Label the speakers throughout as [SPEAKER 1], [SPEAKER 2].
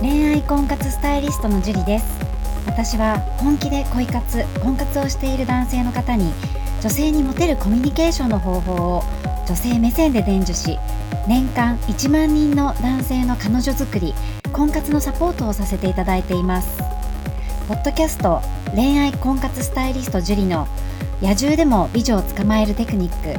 [SPEAKER 1] 恋愛婚活スタイリストのジュリです私は本気で恋活婚活をしている男性の方に女性にモテるコミュニケーションの方法を女性目線で伝授し年間1万人の男性の彼女作り婚活のサポートをさせていただいていますポッドキャスト恋愛婚活スタイリスト樹里の野獣でも美女を捕まえるテクニック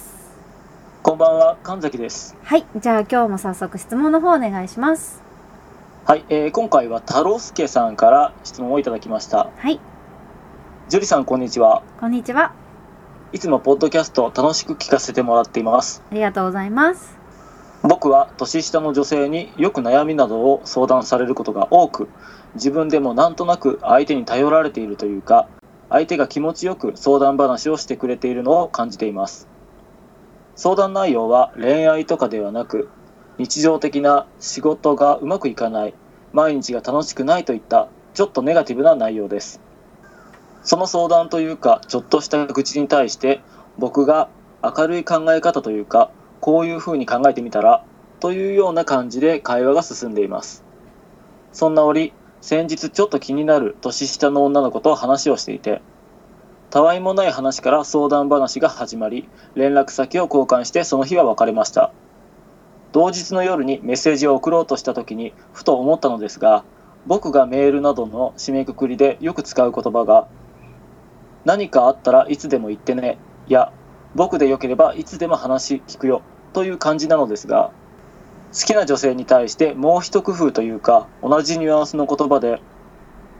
[SPEAKER 2] こんばんは、神崎です。
[SPEAKER 1] はい、じゃあ今日も早速質問の方お願いします。
[SPEAKER 2] はい、えー、今回は太郎介さんから質問をいただきました。
[SPEAKER 1] はい。
[SPEAKER 2] ジュリさん、こんにちは。
[SPEAKER 1] こんにちは。
[SPEAKER 2] いつもポッドキャスト楽しく聞かせてもらっています。
[SPEAKER 1] ありがとうございます。
[SPEAKER 2] 僕は年下の女性によく悩みなどを相談されることが多く、自分でもなんとなく相手に頼られているというか、相手が気持ちよく相談話をしてくれているのを感じています。相談内容は恋愛とかではなく、日常的な仕事がうまくいかない、毎日が楽しくないといったちょっとネガティブな内容です。その相談というか、ちょっとした愚痴に対して、僕が明るい考え方というか、こういうふうに考えてみたら、というような感じで会話が進んでいます。そんな折、先日ちょっと気になる年下の女の子と話をしていて、たわいもない話から相談話が始まり、連絡先を交換してその日は別れました。同日の夜にメッセージを送ろうとした時に、ふと思ったのですが、僕がメールなどの締めくくりでよく使う言葉が、何かあったらいつでも言ってね。いや、僕でよければいつでも話聞くよ。という感じなのですが、好きな女性に対してもう一工夫というか、同じニュアンスの言葉で、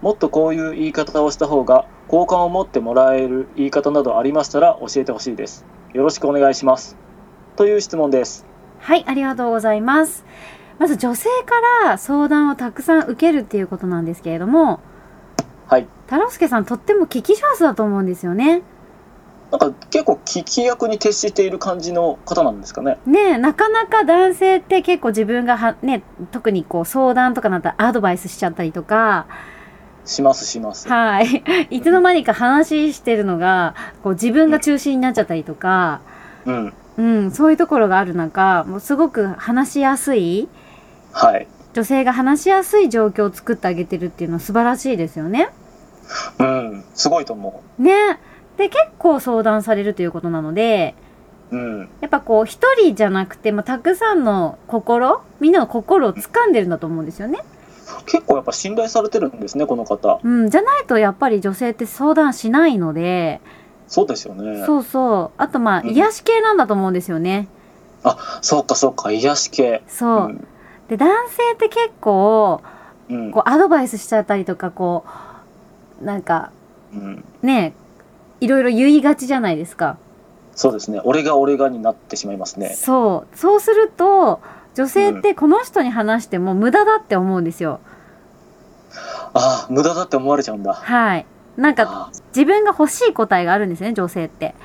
[SPEAKER 2] もっとこういう言い方をした方が好感を持ってもらえる言い方などありましたら教えてほしいです。よろしくお願いします。という質問です。
[SPEAKER 1] はい、ありがとうございます。まず女性から相談をたくさん受けるっていうことなんですけれども、
[SPEAKER 2] はい。
[SPEAKER 1] 太郎介さんとっても聞き上手だと思うんですよね
[SPEAKER 2] なんか結構聞き役に徹している感じの方なんですかね
[SPEAKER 1] ねなかなか男性って結構自分がはね特にこう相談とかなったらアドバイスしちゃったりとか
[SPEAKER 2] しますします
[SPEAKER 1] はい いつの間にか話してるのがこう自分が中心になっちゃったりとか、
[SPEAKER 2] うん、
[SPEAKER 1] うん、そういうところがある中もうすごく話しやすい、
[SPEAKER 2] はい、
[SPEAKER 1] 女性が話しやすい状況を作ってあげてるっていうのは素晴らしいですよね。
[SPEAKER 2] うん、すごいと思
[SPEAKER 1] う。ね。で、結構相談されるということなので、
[SPEAKER 2] うん、
[SPEAKER 1] やっぱこう、一人じゃなくて、まあ、たくさんの心、みんなの心を掴んでるんだと思うんですよね。
[SPEAKER 2] 結構やっぱ信頼されてるんですね、この方。
[SPEAKER 1] うん、じゃないとやっぱり女性って相談しないので、
[SPEAKER 2] そうですよね。
[SPEAKER 1] そうそう。あとまあ、うん、癒し系なんだと思うんですよね。
[SPEAKER 2] あ、そうかそうか、癒し系。
[SPEAKER 1] そう。うん、で、男性って結構、こう、アドバイスしちゃったりとか、こう、なんか、
[SPEAKER 2] うん、
[SPEAKER 1] ねいろいろ言いがちじゃないですか
[SPEAKER 2] そうですね俺が俺がになってしまいますね
[SPEAKER 1] そうそうすると女性ってこの人に話しても無駄だって思うんですよ、
[SPEAKER 2] うん、ああ無駄だって思われちゃうんだ
[SPEAKER 1] はいなんか自分が欲しい答えがあるんですね女性って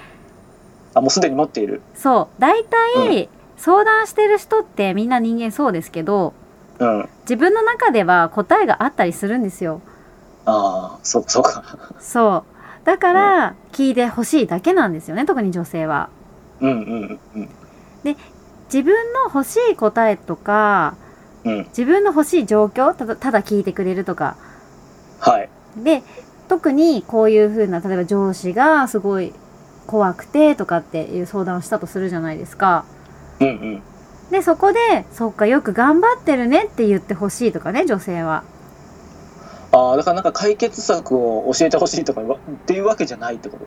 [SPEAKER 2] あもうすでに持っている
[SPEAKER 1] そう大体、うん、相談してる人ってみんな人間そうですけど、
[SPEAKER 2] うん、
[SPEAKER 1] 自分の中では答えがあったりするんですよ
[SPEAKER 2] ああ、そう、そうか。
[SPEAKER 1] そう。だから、聞いてほしいだけなんですよね、特に女性は。
[SPEAKER 2] うんうんうん。
[SPEAKER 1] で、自分の欲しい答えとか、
[SPEAKER 2] うん、
[SPEAKER 1] 自分の欲しい状況ただ、ただ聞いてくれるとか。
[SPEAKER 2] はい。
[SPEAKER 1] で、特にこういうふうな、例えば上司がすごい怖くてとかっていう相談をしたとするじゃないですか。
[SPEAKER 2] うんうん。
[SPEAKER 1] で、そこで、そっか、よく頑張ってるねって言ってほしいとかね、女性は。
[SPEAKER 2] ああ、だからなんか解決策を教えてほしいとかわっていうわけじゃないってこと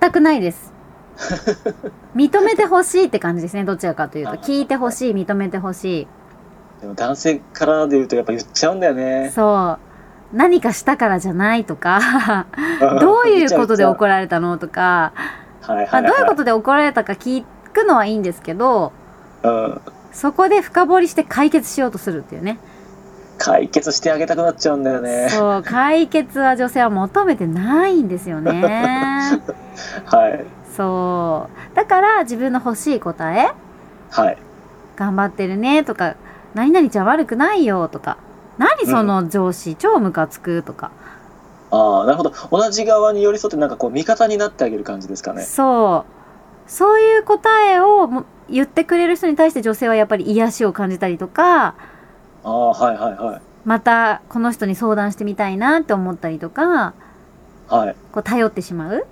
[SPEAKER 1] 全くないです 認めてほしいって感じですねどちらかというと
[SPEAKER 2] あ
[SPEAKER 1] 聞いてほしい認めてほし
[SPEAKER 2] でも男性からで言うとやっぱ言っちゃうんだよ
[SPEAKER 1] い
[SPEAKER 2] ね。
[SPEAKER 1] そう何かしたからじゃないとかどういうことで
[SPEAKER 2] 怒
[SPEAKER 1] 怒られたのとか、
[SPEAKER 2] はいは
[SPEAKER 1] まあ、ど
[SPEAKER 2] い
[SPEAKER 1] ういうこ
[SPEAKER 2] は
[SPEAKER 1] とで怒られたか聞くのはいいんですけど
[SPEAKER 2] い。うん。
[SPEAKER 1] そこで深掘りして解決しようとするっていうね
[SPEAKER 2] 解決してあげたくなっちゃうんだよね。
[SPEAKER 1] そう解決は女性は求めてないんですよ ね
[SPEAKER 2] はい。
[SPEAKER 1] そうだから自分の欲しい答え
[SPEAKER 2] はい。
[SPEAKER 1] 頑張ってるねとか何々ちゃん悪くないよとか何その上司、超ムカつくとか、
[SPEAKER 2] ああ、なるほど。同じ側に寄り添ってなんかこう味方になってあげる感じですかね。
[SPEAKER 1] そうそういう答えをも言ってくれる人に対して女性はやっぱり癒しを感じたりとか
[SPEAKER 2] ああ、はいはいはい。
[SPEAKER 1] またこの人に相談してみたいなって思ったりとか
[SPEAKER 2] はい。
[SPEAKER 1] こう頼ってしまう、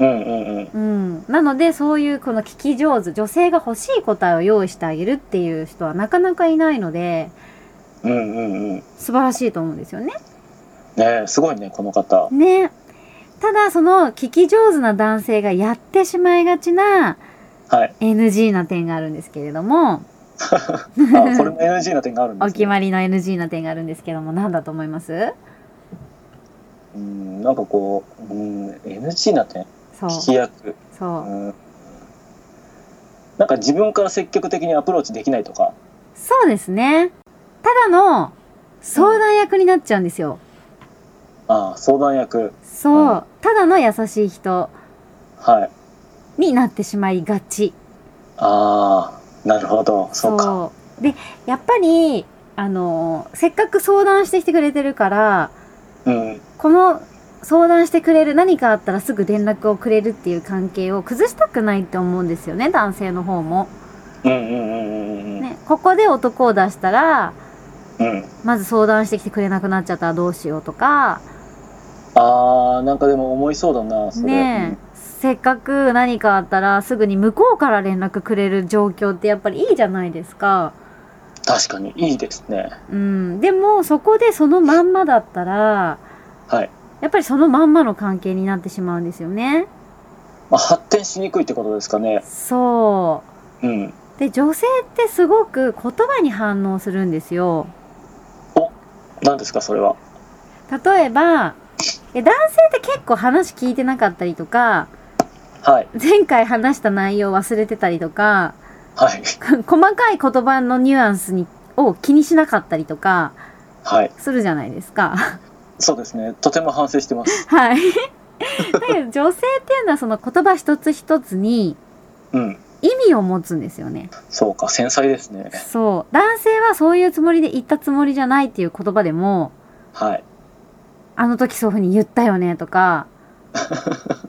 [SPEAKER 2] うんうんうん。
[SPEAKER 1] うん、なのでそういうこの聞き上手女性が欲しい答えを用意してあげるっていう人はなかなかいないので
[SPEAKER 2] うんうんうん。ね
[SPEAKER 1] 素晴らしいと思うんですよね。
[SPEAKER 2] えすごいね、この方。
[SPEAKER 1] ねただその聞き上手な男性がやってしまいがちな
[SPEAKER 2] はい。
[SPEAKER 1] NG な点があるんですけれども
[SPEAKER 2] あーこれも NG な点があるん
[SPEAKER 1] お
[SPEAKER 2] です、
[SPEAKER 1] 決
[SPEAKER 2] ね。
[SPEAKER 1] まりの NG な点があるんですけども何だと思います
[SPEAKER 2] うん、なんかこう、うん、NG な点。
[SPEAKER 1] そう
[SPEAKER 2] 聞き役。
[SPEAKER 1] そう
[SPEAKER 2] うん。なんか自分から積極的にアプローチできないとか。
[SPEAKER 1] そうですねただの相談役になっちゃうんですよ
[SPEAKER 2] ああ、相談役。
[SPEAKER 1] そううただの優しい人
[SPEAKER 2] はい。
[SPEAKER 1] になってしまいがち
[SPEAKER 2] ああ、なるほど。そうか。
[SPEAKER 1] うでやっぱりあのせっかく相談してきてくれてるから
[SPEAKER 2] うん。
[SPEAKER 1] この相談してくれる何かあったらすぐ連絡をくれるっていう関係を崩したくないって思うんですよね男性の方も、
[SPEAKER 2] うんうんうんうんうん。
[SPEAKER 1] ね、ここで男を出したら
[SPEAKER 2] うん。
[SPEAKER 1] まず相談してきてくれなくなっちゃったらどうしようとか
[SPEAKER 2] ああ、なんかでも思いそうだな、それ。
[SPEAKER 1] ねえせっかく何かあったらすぐに向こうから連絡くれる状況ってやっぱりいいじゃないですか。
[SPEAKER 2] うん確かに、いいですね。
[SPEAKER 1] うん、でもそこでそのまんまだったら
[SPEAKER 2] はい。
[SPEAKER 1] やっぱりそのまんまの関係になってしまうんですよね。
[SPEAKER 2] まあ、発展しにくいってことですかね。
[SPEAKER 1] そう
[SPEAKER 2] うん。
[SPEAKER 1] で女性ってすごく言葉に反応するんですよ
[SPEAKER 2] 何ですか、それは。
[SPEAKER 1] 例えばいや男性って結構話聞いてなかったりとか
[SPEAKER 2] はい。
[SPEAKER 1] 前回話した内容忘れてたりとか
[SPEAKER 2] はい。
[SPEAKER 1] 細かい言葉のニュアンスにを気にしなかったりとか
[SPEAKER 2] はい。
[SPEAKER 1] するじゃないですか
[SPEAKER 2] そうですね。とても反省してます。
[SPEAKER 1] はいだけど女性っていうのはその言葉一つ一つに
[SPEAKER 2] うん。
[SPEAKER 1] 意味を持つんですよね
[SPEAKER 2] そうか、繊細ですね。
[SPEAKER 1] そう男性はそういうつもりで言ったつもりじゃないっていう言葉でも
[SPEAKER 2] はい。
[SPEAKER 1] あの時そういうふうに言ったよねと か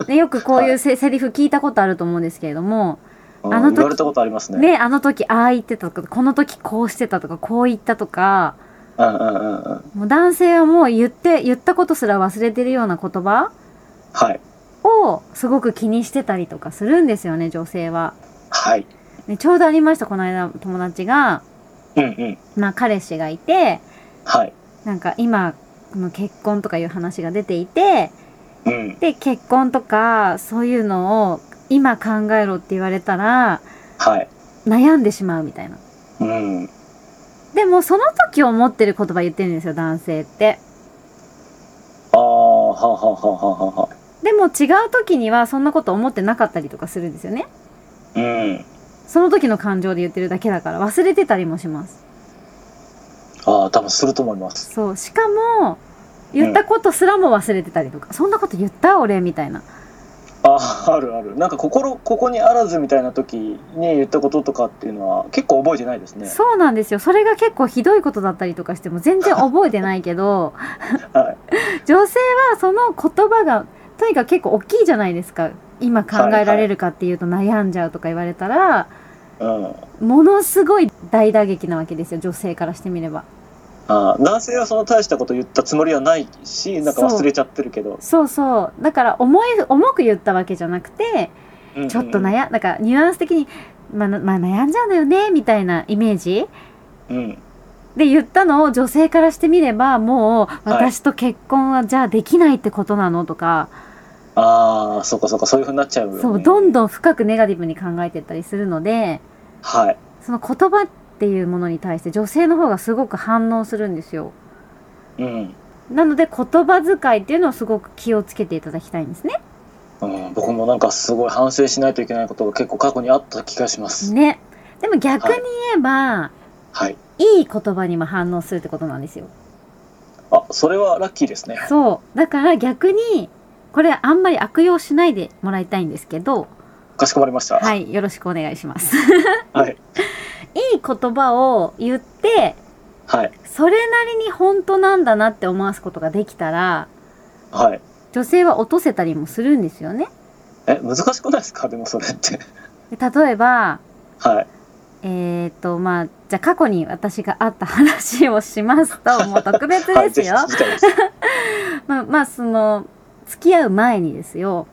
[SPEAKER 1] ねよくこういうせ、セリフ聞いたことあると思うんですけれども、
[SPEAKER 2] うん
[SPEAKER 1] あの時
[SPEAKER 2] 言われたことありますね。
[SPEAKER 1] ね、あの時ああ言ってたとかこの時こうしてたとかこう言ったとか
[SPEAKER 2] うんうんうんうん。
[SPEAKER 1] もう男性はもう言って言ったことすら忘れてるような言葉
[SPEAKER 2] はい。
[SPEAKER 1] をすごく気にしてたりとかするんですよね女性は、
[SPEAKER 2] はい。
[SPEAKER 1] ね。ちょうどありましたこの間友達が、
[SPEAKER 2] うんうん。
[SPEAKER 1] まあ、彼氏がいて
[SPEAKER 2] はい。
[SPEAKER 1] なんか今この結婚とかいう話が出ていて
[SPEAKER 2] うん。
[SPEAKER 1] で結婚とかそういうのを今考えろって言われたら
[SPEAKER 2] はい。
[SPEAKER 1] 悩んでしまうみたいな
[SPEAKER 2] うん。
[SPEAKER 1] でもその時思ってる言葉言ってるんですよ男性って
[SPEAKER 2] ああ、はあはあはあはあはあ。
[SPEAKER 1] でも違う時にはそんなこと思ってなかったりとかするんですよね
[SPEAKER 2] うん。
[SPEAKER 1] その時の感情で言ってるだけだから忘れてたりもします
[SPEAKER 2] ああ、多分すると思います。
[SPEAKER 1] そうしかも言ったことすらも忘れてたりとか、そんなこと言った俺みたいな
[SPEAKER 2] ああるあるなんか心ここにあらずみたいな時に言ったこととかっていうのは結構覚えてないですね
[SPEAKER 1] そうなんですよそれが結構ひどいことだったりとかしても全然覚えてないけど、
[SPEAKER 2] は
[SPEAKER 1] 女性はその言葉がとにかく結構大きいじゃないですか今考えられるかっていうと悩んじゃうとか言われたら、
[SPEAKER 2] うん
[SPEAKER 1] ものすごい大打撃なわけですよ女性からしてみれば
[SPEAKER 2] あー男性はその大したこと言ったつもりはないしなんか忘れちゃってるけど、
[SPEAKER 1] そうそうだから重い重く言ったわけじゃなくて
[SPEAKER 2] うんうん
[SPEAKER 1] ちょっと悩なんかニュアンス的に、まあなまあ、悩んじゃうんだよねみたいなイメージ
[SPEAKER 2] うん
[SPEAKER 1] で言ったのを女性からしてみればもう
[SPEAKER 2] い
[SPEAKER 1] 私と結婚はじゃあできないってことなのとか、
[SPEAKER 2] ああ、そうかそうか、そういうふうになっちゃうよ、ね。
[SPEAKER 1] そうどんどん深くネガティブに考えてったりするので
[SPEAKER 2] はい。
[SPEAKER 1] その言葉っていうものに対して女性の方がすごく反応するんですよ
[SPEAKER 2] うん。
[SPEAKER 1] なので言葉遣いっていうのをすごく気をつけていただきたいんですね
[SPEAKER 2] うん、僕もなんかすごい反省しないといけないことが結構過去にあった気がします。
[SPEAKER 1] ねでも逆に言えば、
[SPEAKER 2] はい。
[SPEAKER 1] い、い言葉にも反応するってことなんですよ
[SPEAKER 2] あ、それはラッキーですね。
[SPEAKER 1] そうだから逆にこれあんまり悪用しないでもらいたいんですけど
[SPEAKER 2] かしこまりました。。
[SPEAKER 1] はいいよろしくお願いします
[SPEAKER 2] はい。
[SPEAKER 1] いい言葉を言って
[SPEAKER 2] はい。
[SPEAKER 1] それなりに本当なんだなって思わすことができたら
[SPEAKER 2] はい。
[SPEAKER 1] 女性は落とせたりもするんですよね
[SPEAKER 2] え、難しくないですかでもそれって。
[SPEAKER 1] で例えば
[SPEAKER 2] はい。
[SPEAKER 1] えーとまあじゃあ過去に私があった話をしますともう特別
[SPEAKER 2] は
[SPEAKER 1] で
[SPEAKER 2] い、
[SPEAKER 1] す
[SPEAKER 2] ぜひ
[SPEAKER 1] よ
[SPEAKER 2] 聞きたいです。
[SPEAKER 1] まあまあその付き合う前にですよ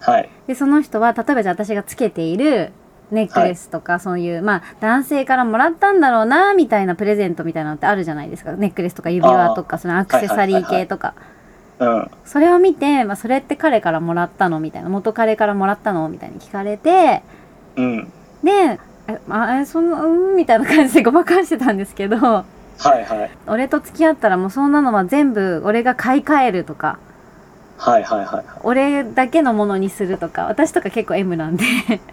[SPEAKER 2] はい。
[SPEAKER 1] でその人は例えばじゃあ私がつけているネックレスとか、そういうまあ男性からもらったんだろうなみたいなプレゼントみたいなのってあるじゃないですかネックレスとか指輪とかそのアクセサリー系とか、
[SPEAKER 2] うん。
[SPEAKER 1] それを見て、まあ、それって彼からもらったのみたいな元彼からもらったのみたいに聞かれて
[SPEAKER 2] うん。
[SPEAKER 1] で「えまあえそんなうん」みたいな感じでごまかしてたんですけど
[SPEAKER 2] はいはい。
[SPEAKER 1] 「俺と付き合ったらもうそんなのは全部俺が買い替える」とか
[SPEAKER 2] はいはいはいは
[SPEAKER 1] 「俺だけのものにする」とか私とか結構 M なんで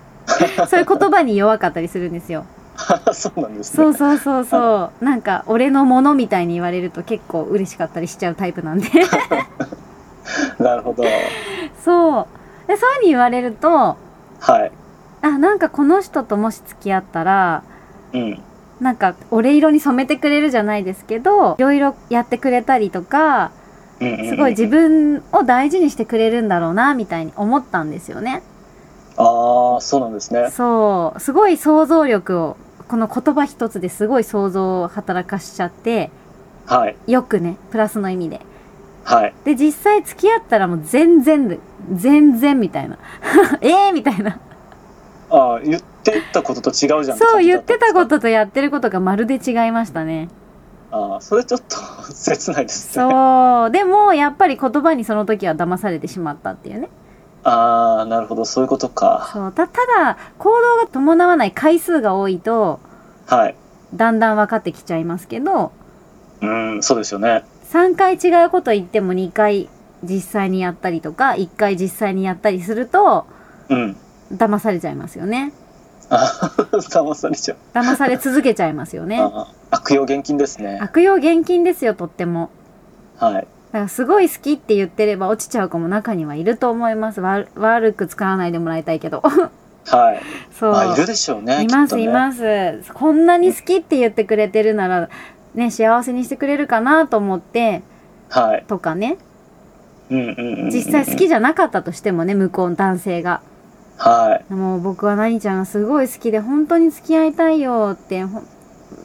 [SPEAKER 1] そういう言葉に弱かったりするんですよ。
[SPEAKER 2] い。 そうなんです
[SPEAKER 1] そ
[SPEAKER 2] ね
[SPEAKER 1] う。そうそうそうなんか「俺のもの」みたいに言われると結構嬉しかったりしちゃうタイプなんで
[SPEAKER 2] なるほど。
[SPEAKER 1] そうでそういうふうに言われると
[SPEAKER 2] はい。
[SPEAKER 1] あなんかこの人ともし付き合ったら
[SPEAKER 2] うん。
[SPEAKER 1] なんか俺色に染めてくれるじゃないですけどいろいろやってくれたりとか
[SPEAKER 2] うん、うん。
[SPEAKER 1] すごい自。分を大事にしてくれるんだろうなみたいに思ったんですよね。
[SPEAKER 2] ああ、そうなんですね。
[SPEAKER 1] そうすごい想像力をこの言葉一つですごい想像を働かしちゃって
[SPEAKER 2] はい。
[SPEAKER 1] よくねプラスの意味で。
[SPEAKER 2] はい。
[SPEAKER 1] で実際付き合ったらもう全然で全然みたいな えーみたいな
[SPEAKER 2] ああ、言ってたことと違うじゃん。
[SPEAKER 1] そう言ってたこ
[SPEAKER 2] と。
[SPEAKER 1] ととやってることがまるで違いましたね。
[SPEAKER 2] ああ、それちょっと 切ないですね。
[SPEAKER 1] そうでもやっぱり言葉にその時は騙されてしまったっていうね
[SPEAKER 2] ああ、なるほど、そういうことか。
[SPEAKER 1] そうたただ行動が伴わない回数が多いと
[SPEAKER 2] はい。
[SPEAKER 1] だんだん分かってきちゃいますけど
[SPEAKER 2] うん、そうですよね。
[SPEAKER 1] 3回違うこと言っても2回実際にやったりとか1回実際にやったりすると
[SPEAKER 2] うん。
[SPEAKER 1] 騙されちゃいますよね
[SPEAKER 2] あ あ、騙されちゃう。
[SPEAKER 1] 騙され続けちゃいますよね
[SPEAKER 2] ああ、悪用現金ですね。
[SPEAKER 1] 悪用現金ですよとっても
[SPEAKER 2] はい。
[SPEAKER 1] だからすごい好きって言ってれば落ちちゃう子も中にはいると思いますわ悪く使わないでもらいたいけど
[SPEAKER 2] はい。
[SPEAKER 1] そう
[SPEAKER 2] まあ、いるでしょうね。
[SPEAKER 1] います、
[SPEAKER 2] きっ
[SPEAKER 1] い
[SPEAKER 2] とね
[SPEAKER 1] ますこんなに好きって言ってくれてるならね幸せにしてくれるかなと思って
[SPEAKER 2] はい。
[SPEAKER 1] とかね
[SPEAKER 2] うん、うんうんうん。
[SPEAKER 1] 実際好き。じゃなかったとしてもね向こうの男性が
[SPEAKER 2] はい。
[SPEAKER 1] もう僕は何ちゃんがすごい好きで本当に付き合いたいよってほん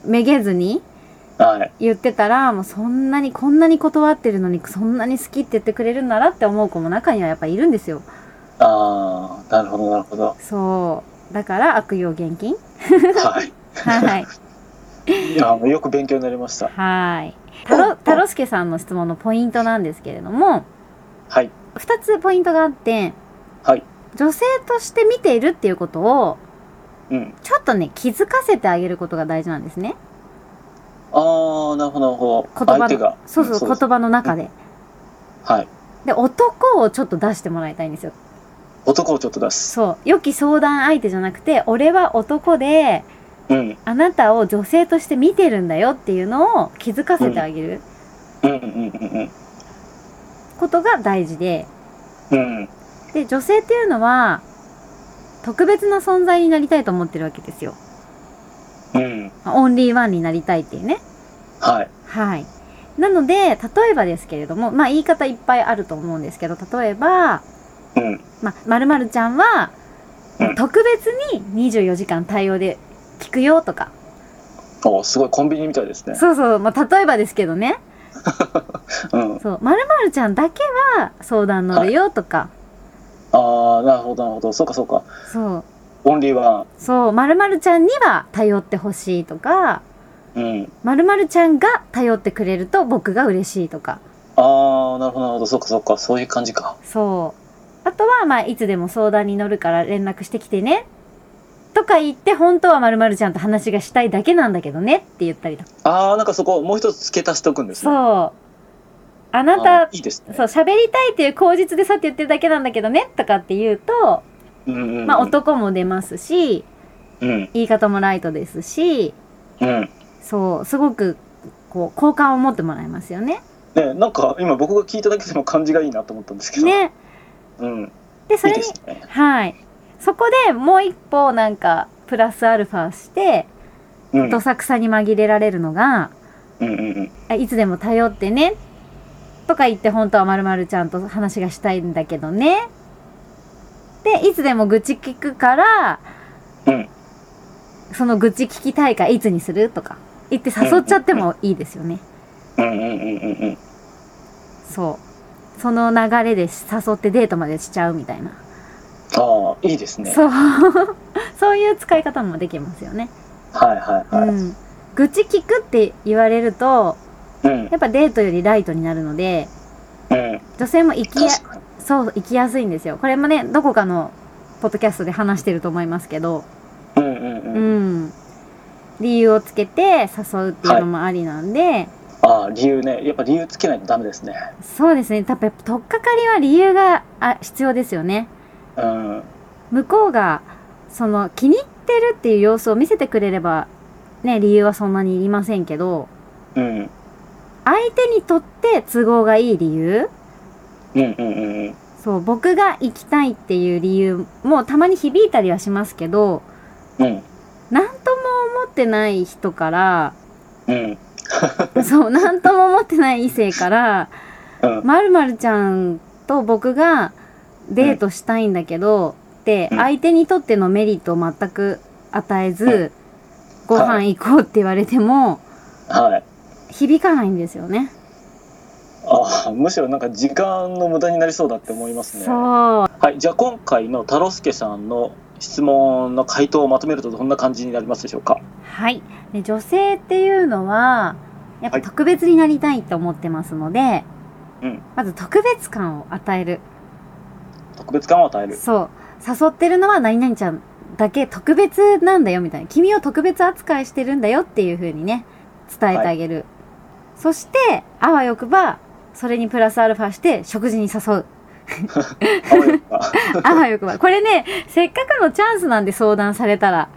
[SPEAKER 1] めげずに
[SPEAKER 2] はい。
[SPEAKER 1] 言ってたらもうそんなにこんなに断ってるのにそんなに好きって言ってくれるならって思う子も中にはやっぱいるんですよ
[SPEAKER 2] ああ、なるほど、なる ほど。
[SPEAKER 1] そうだから悪用現金
[SPEAKER 2] はい。
[SPEAKER 1] はい
[SPEAKER 2] いや、よく勉強になりました。
[SPEAKER 1] はい タロタロスケさんの質問のポイントなんですけれども
[SPEAKER 2] はい。
[SPEAKER 1] 2つポイントがあって
[SPEAKER 2] はい。
[SPEAKER 1] 女性として見ているっていうことを
[SPEAKER 2] うん。
[SPEAKER 1] ちょっとね気づかせてあげることが大事なんですね
[SPEAKER 2] ああ、なるほど、なるほど。
[SPEAKER 1] 言葉
[SPEAKER 2] 相手
[SPEAKER 1] の
[SPEAKER 2] が。
[SPEAKER 1] そうそう
[SPEAKER 2] です
[SPEAKER 1] 言葉の中で
[SPEAKER 2] はい。
[SPEAKER 1] で男をちょっと出してもらいたいんですよ
[SPEAKER 2] 男をちょっと出す。
[SPEAKER 1] そう良き相談相手じゃなくて俺は男で
[SPEAKER 2] うん。
[SPEAKER 1] あなたを女性として見てるんだよっていうのを気づかせてあげる
[SPEAKER 2] うん、うん、うん、
[SPEAKER 1] ことが大事で
[SPEAKER 2] うん。うん。
[SPEAKER 1] で女性っていうのは特別な存在になりたいと思ってるわけですよ
[SPEAKER 2] うん。
[SPEAKER 1] オンリーワンになりたいっていうね
[SPEAKER 2] はい。
[SPEAKER 1] はい。なので、例えばですけれども、まあ言い方いっぱいあると思うんですけど、例えば、
[SPEAKER 2] うん。
[SPEAKER 1] まあ、〇〇ちゃんは
[SPEAKER 2] うん、
[SPEAKER 1] 特別に24時間対応で聞くよとか、
[SPEAKER 2] おすごいコンビニみたいですね。
[SPEAKER 1] そうそう、まあ例えばですけどね、
[SPEAKER 2] うん。
[SPEAKER 1] そう、〇〇ちゃんだけは相談乗るよとか、
[SPEAKER 2] ああ、なるほど、なるほど。そうか、そうか。
[SPEAKER 1] そう、
[SPEAKER 2] オンリーワン。
[SPEAKER 1] そう、〇〇ちゃんには頼ってほしいとか、
[SPEAKER 2] うん。
[SPEAKER 1] まるまるちゃんが頼ってくれると僕が嬉しいとか。
[SPEAKER 2] ああ、なるほど、なるほど。そっかそっか。そういう感じか。
[SPEAKER 1] そう。あとは、まあ、いつでも相談に乗るから連絡してきてね。とか言って、本当はまるまるちゃんと話がしたいだけなんだけどねって言ったりとか。
[SPEAKER 2] ああ、なんかそこ、もう一つ付け足しておくんですね。う。
[SPEAKER 1] そう。あなた、
[SPEAKER 2] いいですね。
[SPEAKER 1] そう、喋りたいっていう口実でさって言ってるだけなんだけどねとかって言うと、
[SPEAKER 2] うんうんうん。
[SPEAKER 1] まあ、男も出ますし、
[SPEAKER 2] うん。
[SPEAKER 1] 言い方もライトですし、
[SPEAKER 2] うん。ね
[SPEAKER 1] そう、すごく、こう、好感を持ってもらえますよね。
[SPEAKER 2] なんか今僕が聞いただけでも感じがいいなと思ったんですけど。。
[SPEAKER 1] ね。
[SPEAKER 2] うん。い
[SPEAKER 1] で、そ
[SPEAKER 2] い
[SPEAKER 1] れ
[SPEAKER 2] で
[SPEAKER 1] に、
[SPEAKER 2] すね。
[SPEAKER 1] はい。そこでもう一歩なんか、プラスアルファして、
[SPEAKER 2] うん。う
[SPEAKER 1] ど
[SPEAKER 2] ん
[SPEAKER 1] さくさに紛れられるのが、
[SPEAKER 2] うんうん。
[SPEAKER 1] あいつでも頼ってね、とか言って本当はまるまるちゃんと話がしたいんだけどね。で、いつでも愚痴聞くから、
[SPEAKER 2] うん
[SPEAKER 1] その愚痴聞きたいからいつにするとか言って誘っちゃってもいいですよね。
[SPEAKER 2] うんうんうんうんうん。
[SPEAKER 1] そう。その流れで誘ってデートまでしちゃうみたいな。
[SPEAKER 2] ああ、いいですね。
[SPEAKER 1] そう。 そういう使い方もできますよね。
[SPEAKER 2] はいはいは
[SPEAKER 1] う
[SPEAKER 2] い。
[SPEAKER 1] ん。愚痴聞くって言われると、
[SPEAKER 2] うん。
[SPEAKER 1] やっぱデートよりライトになるので、
[SPEAKER 2] うん。
[SPEAKER 1] 女性も行きや、
[SPEAKER 2] 確かに。
[SPEAKER 1] そう、行きやすいんですよ。これもね、どこかのポッドキャストで話してると思いますけど、
[SPEAKER 2] うんうん
[SPEAKER 1] う
[SPEAKER 2] うん。
[SPEAKER 1] ん。理由をつけて誘うっていうのもありなんで、
[SPEAKER 2] ああ、理由ね。やっぱ理由つけないとダメですね。
[SPEAKER 1] そうですね。やっぱ、とっかかりは理由があ必要ですよね。
[SPEAKER 2] うん。
[SPEAKER 1] 向こうが、その、気に入ってるっていう様子を見せてくれれば、ね、理由はそんなにいりませんけど、
[SPEAKER 2] うん。
[SPEAKER 1] 相手にとって都合がいい理由
[SPEAKER 2] うんうんうんうん。
[SPEAKER 1] そう、僕が行きたいっていう理由もたまに響いたりはしますけど、
[SPEAKER 2] うん。
[SPEAKER 1] なんとも思ってない人から、
[SPEAKER 2] うん。
[SPEAKER 1] そう、なんとも思ってない異性から、
[SPEAKER 2] うん。
[SPEAKER 1] まるまるちゃんと僕がデートしたいんだけど、って
[SPEAKER 2] うん
[SPEAKER 1] 相手にとってのメリットを全く与えず、ご
[SPEAKER 2] は
[SPEAKER 1] 飯行こうって言われても、
[SPEAKER 2] はい。
[SPEAKER 1] 響かないんですよね。
[SPEAKER 2] ああ、むしろなんか時間の無駄になりそうだって思いますね。
[SPEAKER 1] そう。
[SPEAKER 2] はい、じゃあ今回の太郎介さんの質問の回答をまとめるとどんな感じになりますでしょうか。
[SPEAKER 1] はい。で女性っていうのは、やっぱ
[SPEAKER 2] はい
[SPEAKER 1] 特別になりたいと思ってますので、
[SPEAKER 2] うん
[SPEAKER 1] まず特別感を与える。
[SPEAKER 2] 特別感を与 える。
[SPEAKER 1] そう誘ってるのは何々ちゃんだけ特別なんだよみたいな君を特別扱いしてるんだよっていう風にね伝えてあげる、そしてあわよくばそれにプラスアルファして食事に誘う
[SPEAKER 2] あわよくば
[SPEAKER 1] あわよくばこれねせっかくのチャンスなんで相談されたら、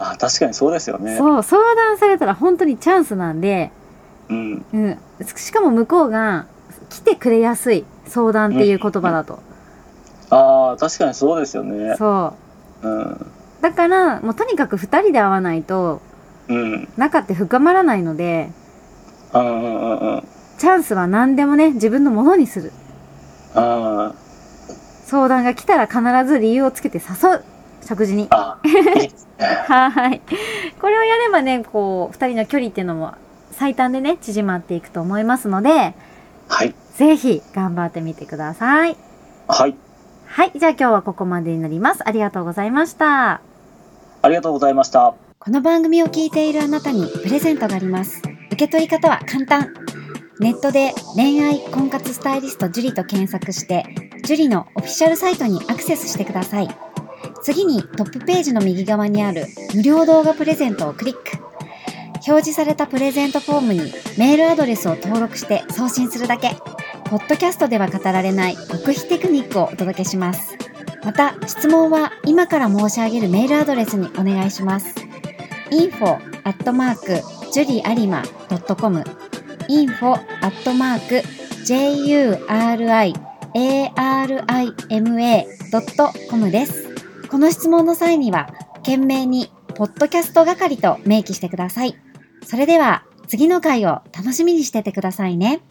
[SPEAKER 2] あ確かにそうですよね。
[SPEAKER 1] そう相談されたら本当にチャンスなんで、
[SPEAKER 2] うん。
[SPEAKER 1] うん、しかも向こうが来てくれやすい相談っていう言葉だと、
[SPEAKER 2] ああ、確かにそうですよね。
[SPEAKER 1] そ
[SPEAKER 2] うん。
[SPEAKER 1] うだからもうとにかく2人で会わないと
[SPEAKER 2] うん。うん
[SPEAKER 1] 仲って深まらないので
[SPEAKER 2] うんうんうん。
[SPEAKER 1] チャンスは何でもね自分のものにする
[SPEAKER 2] あ
[SPEAKER 1] 相談が来たら必ず理由をつけて誘う食事に
[SPEAKER 2] あー、いいですね。
[SPEAKER 1] はーいこれをやればねこう2人の距離っていうのも最短でね縮まっていくと思いますので
[SPEAKER 2] はい。
[SPEAKER 1] ぜひ頑張ってみてください
[SPEAKER 2] はい。
[SPEAKER 1] はいじゃあ今日はここまでになりますありがとうございました
[SPEAKER 2] ありがとうございました。
[SPEAKER 3] この番組を聞いているあなたにプレゼントがあります。受け取り方は簡単。ネットで恋愛婚活スタイリスト樹里と検索して、樹里のオフィシャルサイトにアクセスしてください。次にトップページの右側にある無料動画プレゼントをクリック。表示されたプレゼントフォームにメールアドレスを登録して送信するだけ。ポッドキャストでは語られない極秘テクニックをお届けします。また、質問は今から申し上げるメールアドレスにお願いします。info アットマーク juriarima.com info アットマーク juriarima.com です。この質問の際には、懸命にポッドキャスト係と明記してください。それでは、次の回を楽しみにしててくださいね。